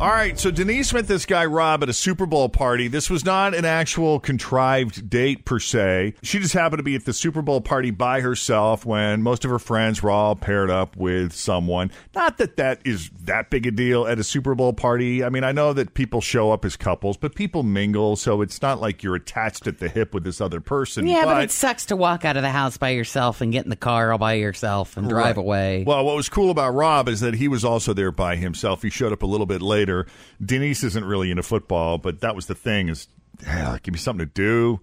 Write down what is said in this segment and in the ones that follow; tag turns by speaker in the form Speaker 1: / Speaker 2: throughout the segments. Speaker 1: All right, so Denise met this guy Rob at a Super Bowl party. This was not an actual contrived date per se. She just happened to be at the Super Bowl party by herself when most of her friends were all paired up with someone. Not that that is that big a deal at a Super Bowl party. I mean, I know that people show up as couples, but people mingle, so it's not like you're attached at the hip with this other person.
Speaker 2: Yeah, but, it sucks to walk out of the house by yourself and get in the car all by yourself and
Speaker 1: Right.
Speaker 2: drive away.
Speaker 1: Well, what was cool about Rob is that he was also there by himself. He showed up a little bit later. Denise isn't really into football, but that was the thing is, yeah, give me something to do,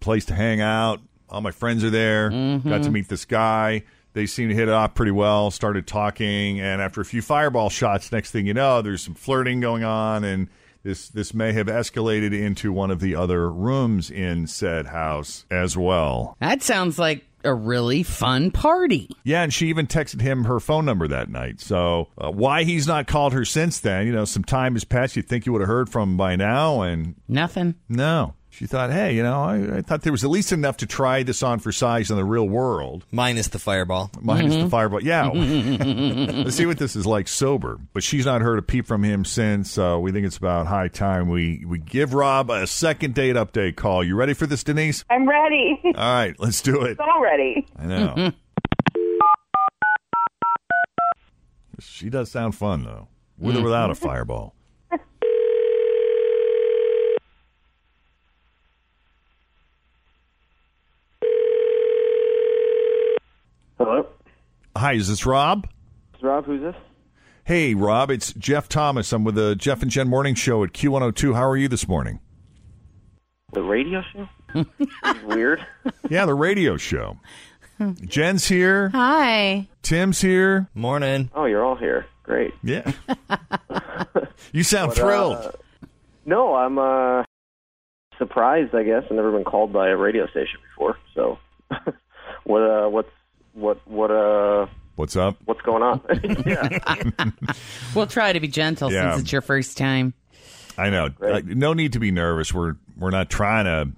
Speaker 1: place to hang out. All my friends are there.
Speaker 2: Mm-hmm.
Speaker 1: Got to meet this guy. They seemed to hit it off pretty well, started talking, and after a few fireball shots, next thing you know, there's some flirting going on and this this may have escalated into one of the other rooms in said house as well.
Speaker 2: that sounds like a really fun party.
Speaker 1: Yeah, and she even texted him her phone number that night. So uh, why he's not called her since then? You know, some time has passed. You'd think you would have heard from him by now, and
Speaker 2: Nothing.
Speaker 1: no. She thought, hey, you know, I, I thought there was at least enough to try this on for size in the real world,
Speaker 3: Minus the fireball.
Speaker 1: minus the fireball. Yeah, let's see what this is like sober. But she's not heard a peep from him since. Uh, we think it's about high time we we give Rob a second date update call. You ready for this, Denise?
Speaker 4: I'm ready.
Speaker 1: All right, let's do it.
Speaker 4: so ready.
Speaker 1: I know. she does sound fun though, with or without a fireball.
Speaker 5: Hello.
Speaker 1: Hi, is this Rob?
Speaker 5: It's Rob. Who's this?
Speaker 1: Hey, Rob, it's Jeff Thomas. I'm with the Jeff and Jen Morning Show at Q102. How are you this morning?
Speaker 5: The radio show? This is weird.
Speaker 1: Yeah, the radio show. Jen's here.
Speaker 6: Hi.
Speaker 1: Tim's here.
Speaker 3: Morning.
Speaker 5: Oh, you're all here. Great.
Speaker 1: Yeah. you sound
Speaker 5: uh,
Speaker 1: thrilled.
Speaker 5: No, I'm uh surprised, I guess. I've never been called by a radio station before. So what uh what's what what uh
Speaker 1: What's up?
Speaker 5: what's going on? yeah.
Speaker 2: We'll try to be gentle
Speaker 1: Yeah.
Speaker 2: since it's your first time.
Speaker 1: I know.
Speaker 5: Great.
Speaker 1: Uh, no need to be nervous. We're we're not trying to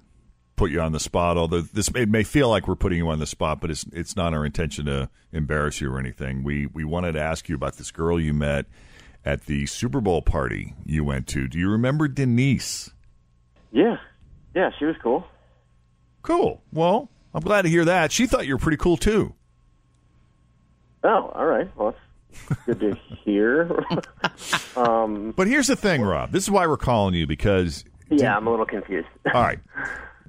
Speaker 1: put you on the spot. Although this it may feel like we're putting you on the spot, but it's it's not our intention to embarrass you or anything. We we wanted to ask you about this girl you met at the Super Bowl party you went to. Do you remember Denise?
Speaker 5: Yeah. Yeah, she was cool.
Speaker 1: Cool. Well, I'm glad to hear that. She thought you were pretty cool too.
Speaker 5: Oh, all right. Well that's good to hear.
Speaker 1: But here's the thing, Rob. This is why we're calling you because
Speaker 5: yeah, I'm a little confused.
Speaker 1: All right.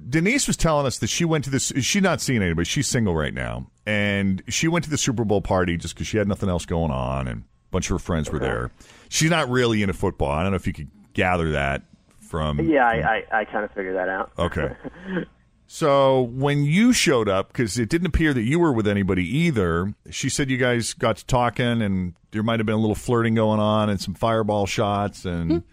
Speaker 1: Denise was telling us that she went to this. She's not seeing anybody. She's single right now, and she went to the Super Bowl party just because she had nothing else going on, and a bunch of her friends were there. She's not really into football. I don't know if you could gather that from.
Speaker 5: Yeah, I, I, I kind of figured that out.
Speaker 1: Okay. So when you showed up, because it didn't appear that you were with anybody either, she said you guys got to talking, and there might have been a little flirting going on, and some fireball shots,
Speaker 5: Hmm.
Speaker 1: and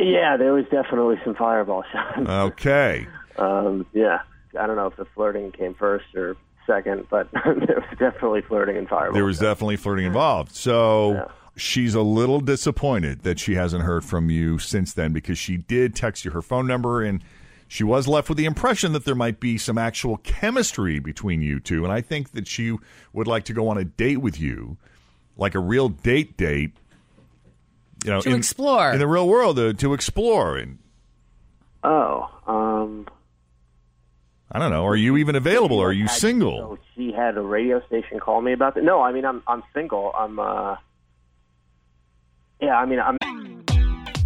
Speaker 5: Yeah, there was definitely some fireball shots.
Speaker 1: okay,
Speaker 5: Um, yeah, I don't know if the flirting came first or second, but there was definitely flirting and fireball.
Speaker 1: there was definitely flirting involved. So she's a little disappointed that she hasn't heard from you since then, because she did text you her phone number, and she was left with the impression that there might be some actual chemistry between you two, and I think that she would like to go on a date with you, like a real date date. You know,
Speaker 7: To
Speaker 1: Oh, in-
Speaker 7: explore.
Speaker 1: in the real world uh, to explore and
Speaker 5: Oh, um,
Speaker 1: i don't know are you even available are you
Speaker 5: I-
Speaker 1: single
Speaker 5: So she had a radio station call me about that. No, I mean I'm I'm single. I'm uh, yeah, I mean I'm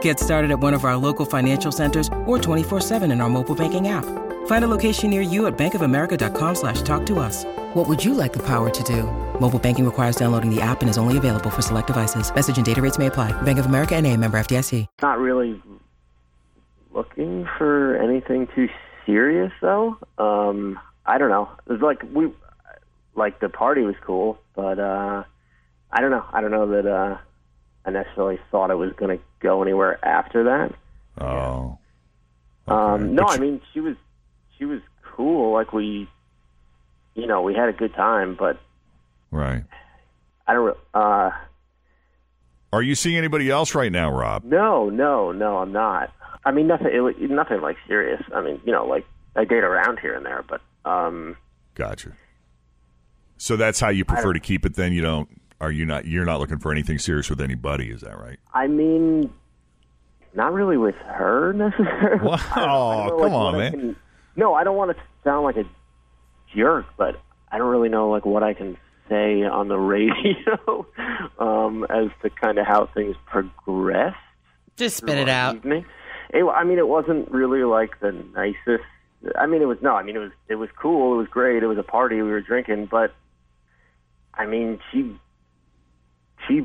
Speaker 2: Get started at one of our local financial centers or 24-7 in our mobile banking app. Find a location near you at bankofamerica.com slash talk to us. What would you like the power to do? Mobile banking requires downloading the app and is only available for select devices. Message and data rates may apply. Bank of America and a member FDIC.
Speaker 5: not really looking for anything too serious though. Um, I don't know. It was like we like the party was cool, but uh, I don't know. I don't know that uh, I necessarily thought it was going to go anywhere after that.
Speaker 1: oh
Speaker 5: Um, no, I mean she was she was cool. Like we, you know, we had a good time, but
Speaker 1: right
Speaker 5: I don't. re- Uh,
Speaker 1: are you seeing anybody else right now rob
Speaker 5: no, no, no, I'm not. I mean nothing. It, was- nothing like serious. I mean, you know, like I date around here and there, but um,
Speaker 1: gotcha so that's how you prefer to keep it then you don't are you not you're not looking for anything serious with anybody is that right
Speaker 5: I mean, not really with her necessarily.
Speaker 1: wow
Speaker 5: I don't know,
Speaker 1: come
Speaker 5: like, what
Speaker 1: on
Speaker 5: I
Speaker 1: man
Speaker 5: can- no, I don't want to sound like a jerk, but I don't really know like what I can say on the radio um, as to kind of how things progressed.
Speaker 7: Just spit it out.
Speaker 5: evening. It, I mean, it wasn't really like the nicest. I mean, it was no. I mean, it was it was cool. It was great. It was a party. We were drinking, but I mean, she she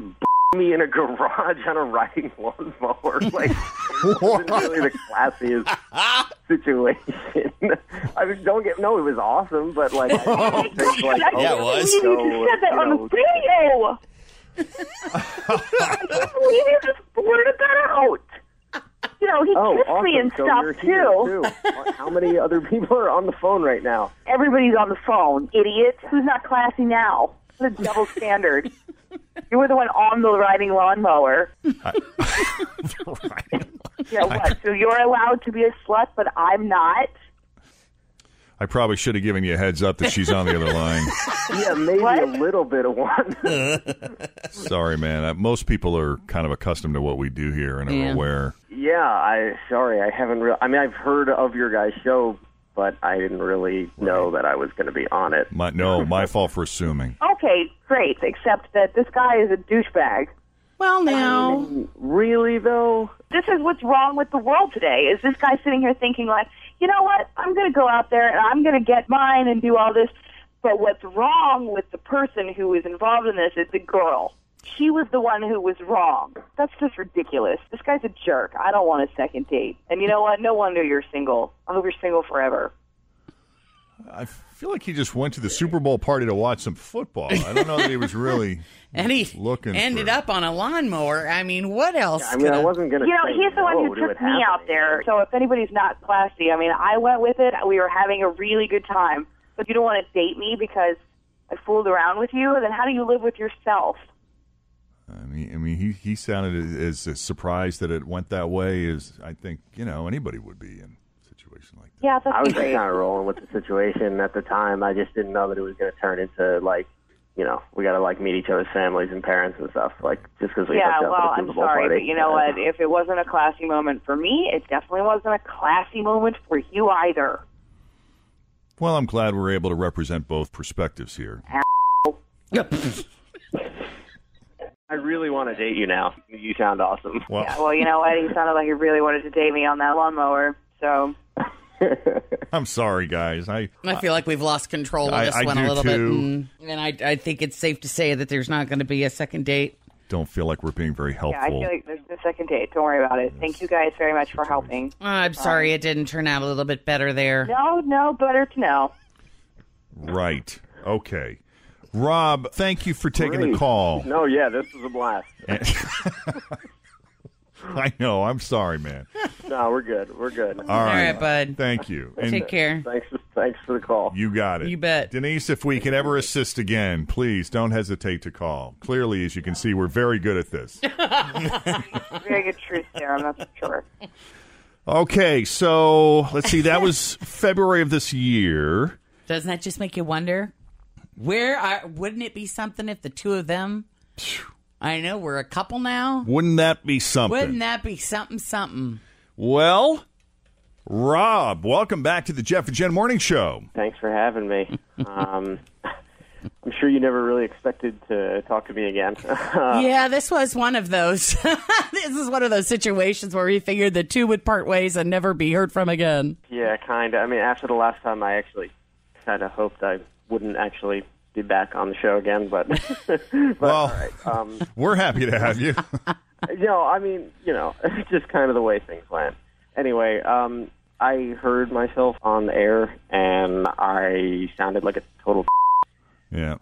Speaker 5: me in a garage on a riding lawnmower. Like, it wasn't really the classiest situation. I mean, don't get no. It was awesome, but like, I don't think, like
Speaker 8: Yeah, it
Speaker 5: oh,
Speaker 8: was.
Speaker 5: so,
Speaker 8: You said that
Speaker 5: you
Speaker 8: on the
Speaker 5: know,
Speaker 8: radio. I can't believe you just blurted that out. You know, he
Speaker 5: Oh,
Speaker 8: kissed
Speaker 5: awesome.
Speaker 8: me and
Speaker 5: so
Speaker 8: stuff
Speaker 5: you're here,
Speaker 8: too.
Speaker 5: too. How many other people are on the phone right now?
Speaker 8: Everybody's on the phone, idiot. Who's not classy now? The double standard. you were the one on the riding lawnmower. You know what? So you're allowed to be a slut, but I'm not.
Speaker 1: i probably should have given you a heads up that she's on the other line
Speaker 5: Yeah, maybe a little bit of one.
Speaker 1: sorry man Uh most people are kind of accustomed to what we do here and are
Speaker 7: Yeah.
Speaker 1: aware
Speaker 5: yeah, I sorry, I haven't. Re- I mean, I've heard of your guys' show, but I didn't really know that I was going to be on it.
Speaker 1: my, no my fault for assuming
Speaker 8: Okay, great. Except that this guy is a douchebag.
Speaker 7: Well, now.
Speaker 5: Really though,
Speaker 8: this is what's wrong with the world today is this guy sitting here thinking like you know what i'm going to go out there and i'm going to get mine and do all this but what's wrong with the person who is involved in this is the girl she was the one who was wrong that's just ridiculous this guy's a jerk i don't want a second date and you know what no wonder you're single i hope you're single forever
Speaker 1: I feel like he just went to the Super Bowl party to watch some football. I don't know that he was really
Speaker 7: And he
Speaker 1: looking
Speaker 7: ended
Speaker 1: for-
Speaker 7: up on a lawnmower. I mean, what else?
Speaker 5: I mean, I
Speaker 7: could-
Speaker 5: wasn't going to.
Speaker 8: you know he's the one who took me out there so if anybody's not classy i mean i went with it we were having a really good time but you don't want to date me because i fooled around with you then how do you live with yourself
Speaker 1: I mean, I mean, he he sounded as, as surprised that it went that way as I think you know anybody would be in a situation like that.
Speaker 8: yeah
Speaker 5: I
Speaker 8: that's
Speaker 5: was just
Speaker 8: great
Speaker 5: kind of rolling with the situation at the time. I just didn't know that it was going to turn into like, you know, we got to like meet each other's families and parents and stuff. Like just because we
Speaker 9: yeah,
Speaker 5: hooked up
Speaker 9: well,
Speaker 5: at a
Speaker 9: I'm
Speaker 5: Super Bowl
Speaker 9: sorry,
Speaker 5: party.
Speaker 9: but you know
Speaker 5: Yeah.
Speaker 9: what? If it wasn't a classy moment for me, it definitely wasn't a classy moment for you either.
Speaker 1: Well, I'm glad we're able to represent both perspectives here.
Speaker 5: I really want to date you now. You sound awesome.
Speaker 1: Well,
Speaker 9: Yeah, well, you know what? He sounded like he really wanted to date me on that lawnmower. So
Speaker 1: I'm sorry, guys. I
Speaker 2: I feel like we've lost control of
Speaker 1: I-
Speaker 2: this
Speaker 1: I
Speaker 2: one
Speaker 1: do
Speaker 2: a little bit,
Speaker 1: too.
Speaker 2: and, and I, I think it's safe to say that there's not going to be a second date.
Speaker 1: don't feel like we're being very helpful.
Speaker 9: yeah, I feel like there's the second date. Don't worry about it. Thank you guys very much for helping.
Speaker 2: Oh, I'm
Speaker 5: Um,
Speaker 2: sorry it didn't turn out a little bit better there.
Speaker 9: No, no, better to know.
Speaker 1: Right. Okay. Rob, thank you for taking the
Speaker 5: Great.
Speaker 1: call.
Speaker 5: No, yeah, this was a blast.
Speaker 1: Eh. I know. I'm sorry, man.
Speaker 5: no, we're good. We're good.
Speaker 1: All right.
Speaker 2: bud.
Speaker 1: Thank you.
Speaker 2: Take care.
Speaker 5: Thanks, thanks for the call.
Speaker 1: You got it.
Speaker 2: You bet.
Speaker 1: Denise, if we can ever assist again, please don't hesitate to call. Clearly, as you can see, we're very good at this.
Speaker 9: Very good truth there. I'm not so sure.
Speaker 1: Okay, so let's see. That was February of this year.
Speaker 2: Doesn't that just make you wonder? Where are, wouldn't it be something if the two of them? I know we're a couple now.
Speaker 1: Wouldn't that be something?
Speaker 2: Wouldn't that be something? Something.
Speaker 1: Well, Rob, welcome back to the Jeff and Jen Morning Show.
Speaker 5: Thanks for having me. Um, I'm sure you never really expected to talk to me again. Uh,
Speaker 2: yeah, this was one of those. this is one of those situations where we figured the two would part ways and never be heard from again.
Speaker 5: yeah, kind of. I mean, after the last time, I actually kind of hoped I wouldn't actually be back on the show again, but, but
Speaker 1: Well,
Speaker 5: all right. Um,
Speaker 1: We're happy to have you.
Speaker 5: you know, I mean, you know, it's just kind of the way things went. Anyway, um, I heard myself on the air, and I sounded like a total.
Speaker 1: yeah.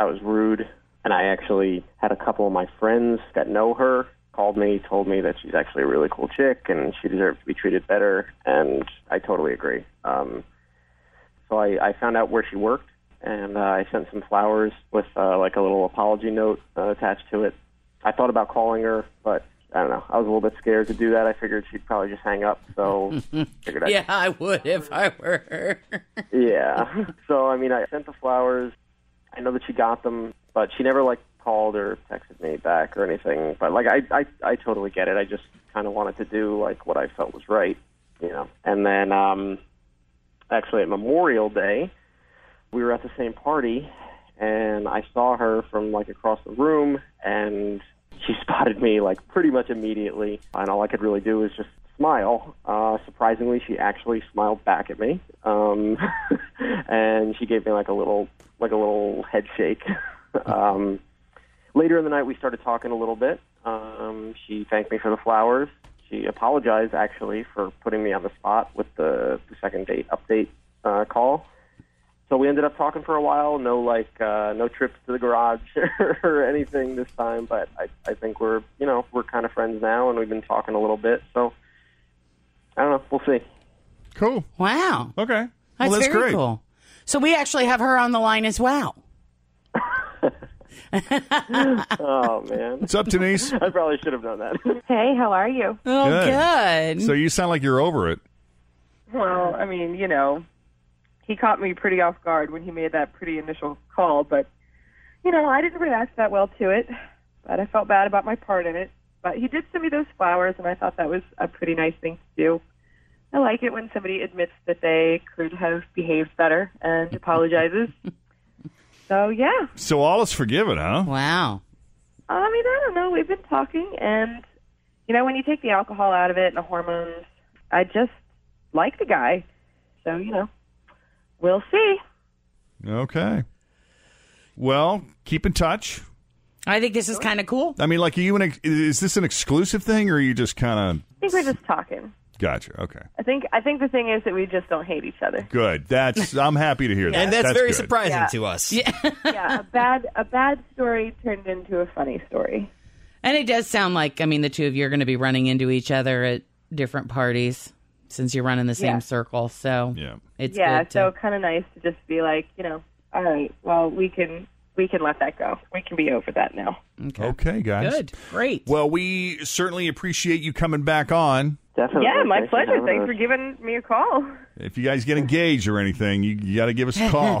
Speaker 5: I was rude, and I actually had a couple of my friends that know her called me, told me that she's actually a really cool chick, and she deserves to be treated better, and I totally agree. Um, so I, I found out where she worked, and uh, I sent some flowers with uh, like a little apology note uh, attached to it. I thought about calling her, but I don't know. I was a little bit scared to do that. I figured she'd probably just hang up, so figured I'd
Speaker 2: Yeah, I would if I were her.
Speaker 5: yeah. So I mean, I sent the flowers. I know that she got them, but she never like called or texted me back or anything. But like, I I, I totally get it. I just kind of wanted to do like what I felt was right, you know. And then um, actually at Memorial Day, we were at the same party, and I saw her from like across the room, and she spotted me like pretty much immediately. And all I could really do was just smile. Uh, surprisingly, she actually smiled back at me, um, and she gave me like a little like a little head shake. um, later in the night, we started talking a little bit. Um, she thanked me for the flowers. She apologized actually for putting me on the spot with the, the second date update uh, call. So we ended up talking for a while. No like uh, no trips to the garage or anything this time. But I, I think we're you know we're kind of friends now, and we've been talking a little bit. So I don't know. We'll see.
Speaker 1: Cool.
Speaker 2: Wow.
Speaker 1: Okay.
Speaker 2: That's,
Speaker 1: well, that's
Speaker 2: very
Speaker 1: great.
Speaker 2: cool. So we actually have her on the line as well.
Speaker 5: Oh man,
Speaker 1: What's up, Denise?
Speaker 5: I probably should have done that.
Speaker 9: Hey, how are you?
Speaker 2: Oh,
Speaker 1: Good.
Speaker 2: good.
Speaker 1: so you sound like you're over it.
Speaker 8: Well, I mean, you know, he caught me pretty off guard when he made that pretty initial call, but you know, I didn't react that well to it, but I felt bad about my part in it. But he did send me those flowers, and I thought that was a pretty nice thing to do. I like it when somebody admits that they could have behaved better and apologizes. so yeah,
Speaker 1: So all is forgiven, huh?
Speaker 2: wow.
Speaker 8: Um, I mean, I don't know. We've been talking, and you know, when you take the alcohol out of it and the hormones, I just like the guy. So you know, we'll see.
Speaker 1: Okay. Well, keep in touch.
Speaker 2: I think this is kind of cool.
Speaker 1: I mean, like, are you an ex- is this an exclusive thing, or are you just kind
Speaker 8: I think we're just talking.
Speaker 1: of gotcha? Okay,
Speaker 8: I think I think the thing is that we just don't hate each other.
Speaker 1: good. That's I'm happy to hear that,
Speaker 10: And that's, very
Speaker 1: good.
Speaker 10: surprising to us.
Speaker 8: yeah, a bad a bad story turned into a funny story.
Speaker 2: And it does sound like, I mean, the two of you are going to be running into each other at different parties since you're running the same
Speaker 8: Yeah.
Speaker 2: circle. So
Speaker 1: yeah.
Speaker 2: it's
Speaker 8: yeah,
Speaker 2: good.
Speaker 8: so
Speaker 2: to-
Speaker 8: kind of nice to just be like, you know, all right, well, we can we can let that go. We can be over that now.
Speaker 1: Okay, guys.
Speaker 2: Good. Great.
Speaker 1: Well, we certainly appreciate you coming back on.
Speaker 5: Definitely.
Speaker 8: yeah, my
Speaker 5: Thanks for
Speaker 8: pleasure.
Speaker 5: having
Speaker 8: Thanks
Speaker 5: us.
Speaker 8: for giving me a call.
Speaker 1: If you guys get engaged or anything, you, you got to give us a call.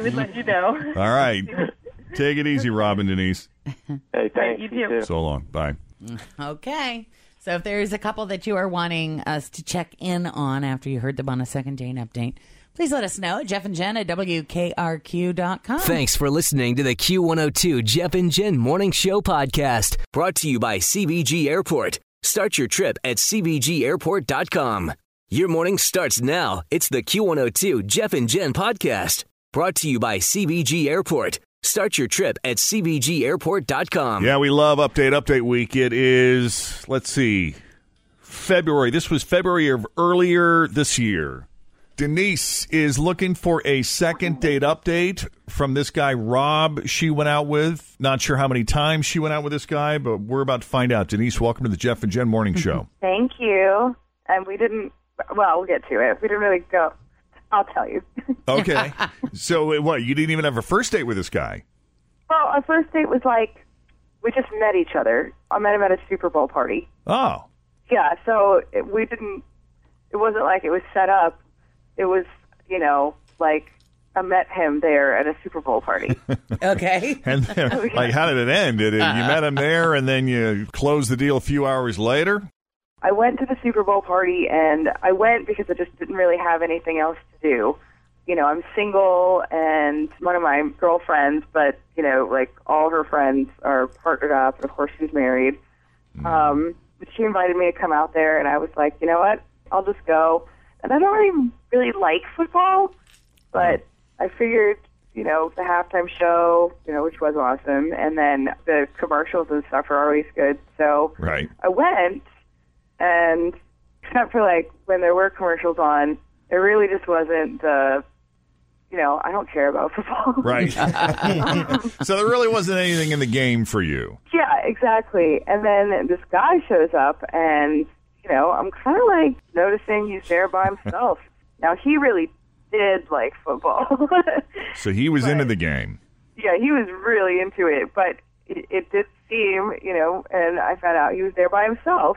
Speaker 8: would let you know.
Speaker 1: All right. Take it easy, Robin Denise.
Speaker 5: Hey,
Speaker 2: thanks. You You too. too.
Speaker 1: So long. Bye.
Speaker 2: Okay. So if there is a couple that you are wanting us to check in on after you heard them on a second date update, please let us know. Jeff and Jen at WKRQ.com.
Speaker 10: Thanks for listening to the Q102 Jeff and Jen Morning Show podcast, brought to you by CBG Airport. Start your trip at CBGAirport.com. Your morning starts now. It's the Q102 Jeff and Jen podcast, brought to you by CBG Airport. Start your trip at
Speaker 11: Um,
Speaker 10: CBGAirport.com.
Speaker 1: Yeah, we love update update week. It is let's see, February. This was February of earlier this year. Denise is looking for a second date update from this guy Rob. She went out with. Not sure how many times she went out with this guy, but we're about to find out. Denise, welcome to the Jeff and Jen Morning Show.
Speaker 8: Thank you. And we didn't. Well, we'll get to it. We didn't really go. I'll tell you.
Speaker 1: Okay, so what? You didn't even have a first date with this guy.
Speaker 8: Well, our first date was like we just met each other. I met him at a Super Bowl party.
Speaker 1: Oh,
Speaker 8: Yeah, so it, we didn't. It wasn't like it was set up. It was, you know, like I met him there at a Super Bowl party.
Speaker 2: okay.
Speaker 1: And then, like, how did it end? Did it, you met him there, and then you closed the deal a few hours later?
Speaker 8: I went to the Super Bowl party, and I went because I just didn't really have anything else to do. You know, I'm single, and one of my girlfriends, but you know, like all her friends are partnered up, and of course she's married. Um, but she invited me to come out there, and I was like, you know what, I'll just go. And I don't even really like football, but I figured, you know, the halftime show, you know, which was awesome, and then the commercials and stuff are always good. So
Speaker 1: Right.
Speaker 8: I went, and except for like when there were commercials on, it really just wasn't the, you know, I don't care about football.
Speaker 1: Right. so there really wasn't anything in the game for you.
Speaker 8: yeah, exactly. And then this guy shows up, and you know, I'm kind of like noticing he's there by himself. now he really did like football.
Speaker 1: So he was into the game.
Speaker 8: yeah, he was really into it, but it, it did seem, you know, and I found out he was there by himself.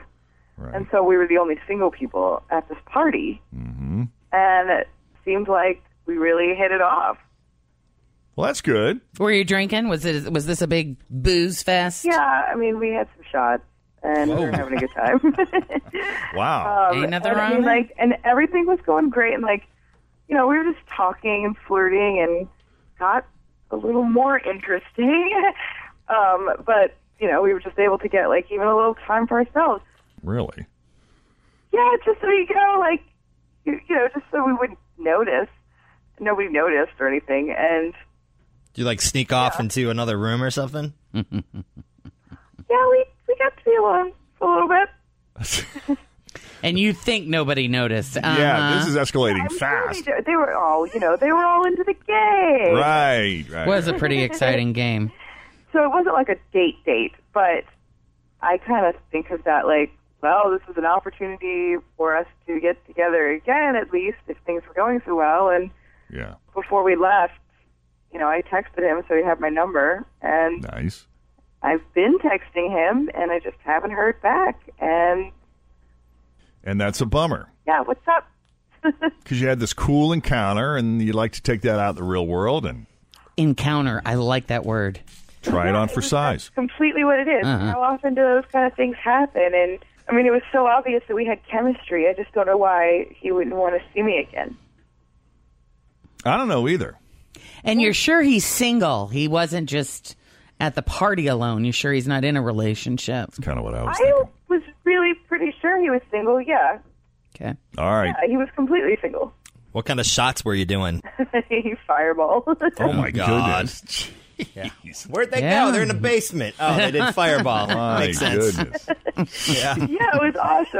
Speaker 8: And so we were the only single people at this party. And it seemed like we really hit it off.
Speaker 1: Well, that's good.
Speaker 2: Were you drinking? Was it was this a big booze fest?
Speaker 8: Yeah, I mean, we had some shots and we
Speaker 2: Whoa.
Speaker 8: were having a good time.
Speaker 2: Uh,
Speaker 1: Wow.
Speaker 8: Um, and, I mean, like, and everything was going great, and like, you know, we were just talking and flirting, and got a little more interesting. um, but you know, we were just able to get like even a little time for ourselves.
Speaker 1: Really?
Speaker 8: Yeah, just so you know, like, you, you know, just so we wouldn't notice. Nobody noticed or anything, and
Speaker 12: Do you like sneak off into another room or something?
Speaker 8: yeah, we we got to be alone a little bit.
Speaker 2: And you think nobody noticed. Uh-huh.
Speaker 1: Yeah, this is escalating
Speaker 8: They do- They were all, you know, they were all into the game.
Speaker 1: Right, right.
Speaker 2: Was a pretty exciting game.
Speaker 8: So it wasn't like a date date, but I kind of think of that like, well, this is an opportunity for us to get together again, at least if things were going so well. And
Speaker 1: Yeah.
Speaker 8: before we left, you know, I texted him, so he had my number, and
Speaker 1: Nice.
Speaker 8: I've been texting him, and I just haven't heard back. And
Speaker 1: And that's a bummer
Speaker 8: yeah, what's up?
Speaker 1: because you had this cool encounter, and you like to take that out in the real world and
Speaker 2: encounter. I like that word.
Speaker 1: Try it on for size.
Speaker 8: Completely what it is.
Speaker 1: Uh-huh.
Speaker 8: How often do those kind of things happen? And I mean, it was so obvious that we had chemistry. I just don't know why he wouldn't want to see me again.
Speaker 1: I don't know either.
Speaker 2: And you're sure he's single. He wasn't just at the party alone. You're sure he's not in a relationship. That's
Speaker 1: kind of what I
Speaker 8: I was really pretty sure he was single. Yeah,
Speaker 2: Okay.
Speaker 1: All right.
Speaker 8: yeah he was completely single.
Speaker 12: What kind of shots were you doing?
Speaker 8: he fireball.
Speaker 12: Oh my god. Yeah. Where'd they go? They're in the basement. Oh, they did fireball.
Speaker 1: My
Speaker 12: Makes sense.
Speaker 1: goodness.
Speaker 12: yeah.
Speaker 8: yeah, it was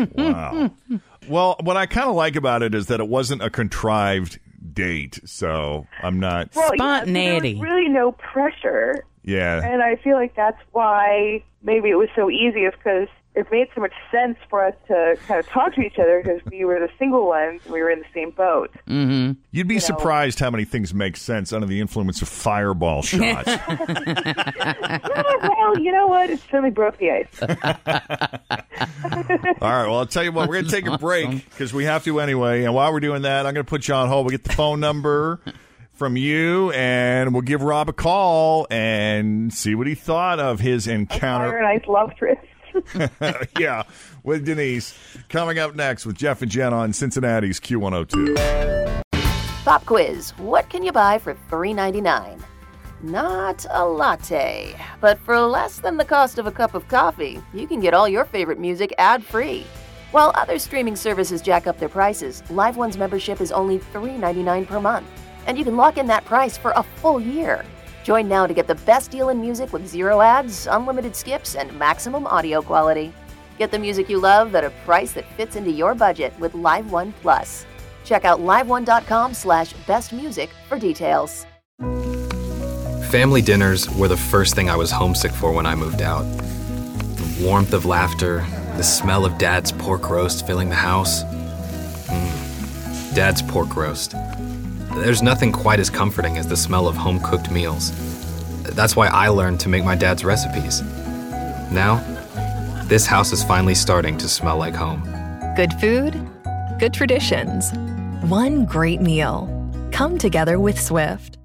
Speaker 8: awesome.
Speaker 1: Wow. Well, what I kind of like about it is that it wasn't a contrived date, so I'm not
Speaker 8: Well, yeah, so there was really no pressure.
Speaker 1: Yeah.
Speaker 8: And I feel like that's why maybe it was so easy, is because it made so much sense for us to kind of talk to each other because we were the single ones and we were in the same boat.
Speaker 1: Mm-hmm. You'd be surprised how many things make sense under the influence of fireball shots.
Speaker 8: well, you know what? It certainly broke the ice.
Speaker 1: All right. Well, I'll tell you what. We're going to take a break because we have to anyway. And while we're doing that, I'm going to put you on hold. We'll get the phone number from you, and we'll give Rob a call and see what he thought of his
Speaker 8: Fire
Speaker 1: encounter.
Speaker 8: and ice love trip.
Speaker 1: yeah, with Denise. Coming up next with Jeff and Jen on Cincinnati's Q102.
Speaker 13: Pop quiz What can you buy for $3.99? Not a latte, but for less than the cost of a cup of coffee, you can get all your favorite music ad free. While other streaming services jack up their prices, LiveOne's membership is only $3.99 per month, and you can lock in that price for a full year. Join now to get the best deal in music with zero ads, unlimited skips, and maximum audio quality. Get the music you love at a price that fits into your budget with LiveOne Plus. Check out liveone.com slash bestmusic for details.
Speaker 11: Family dinners were the first thing I was homesick for when I moved out. The warmth of laughter, the smell of Dad's pork roast filling the house. Mm, Dad's pork roast. There's nothing quite as comforting as the smell of home cooked meals. That's why I learned to make my dad's recipes. Now, this house is finally starting to smell like home.
Speaker 14: Good food, good traditions, one great meal. Come together with Swift.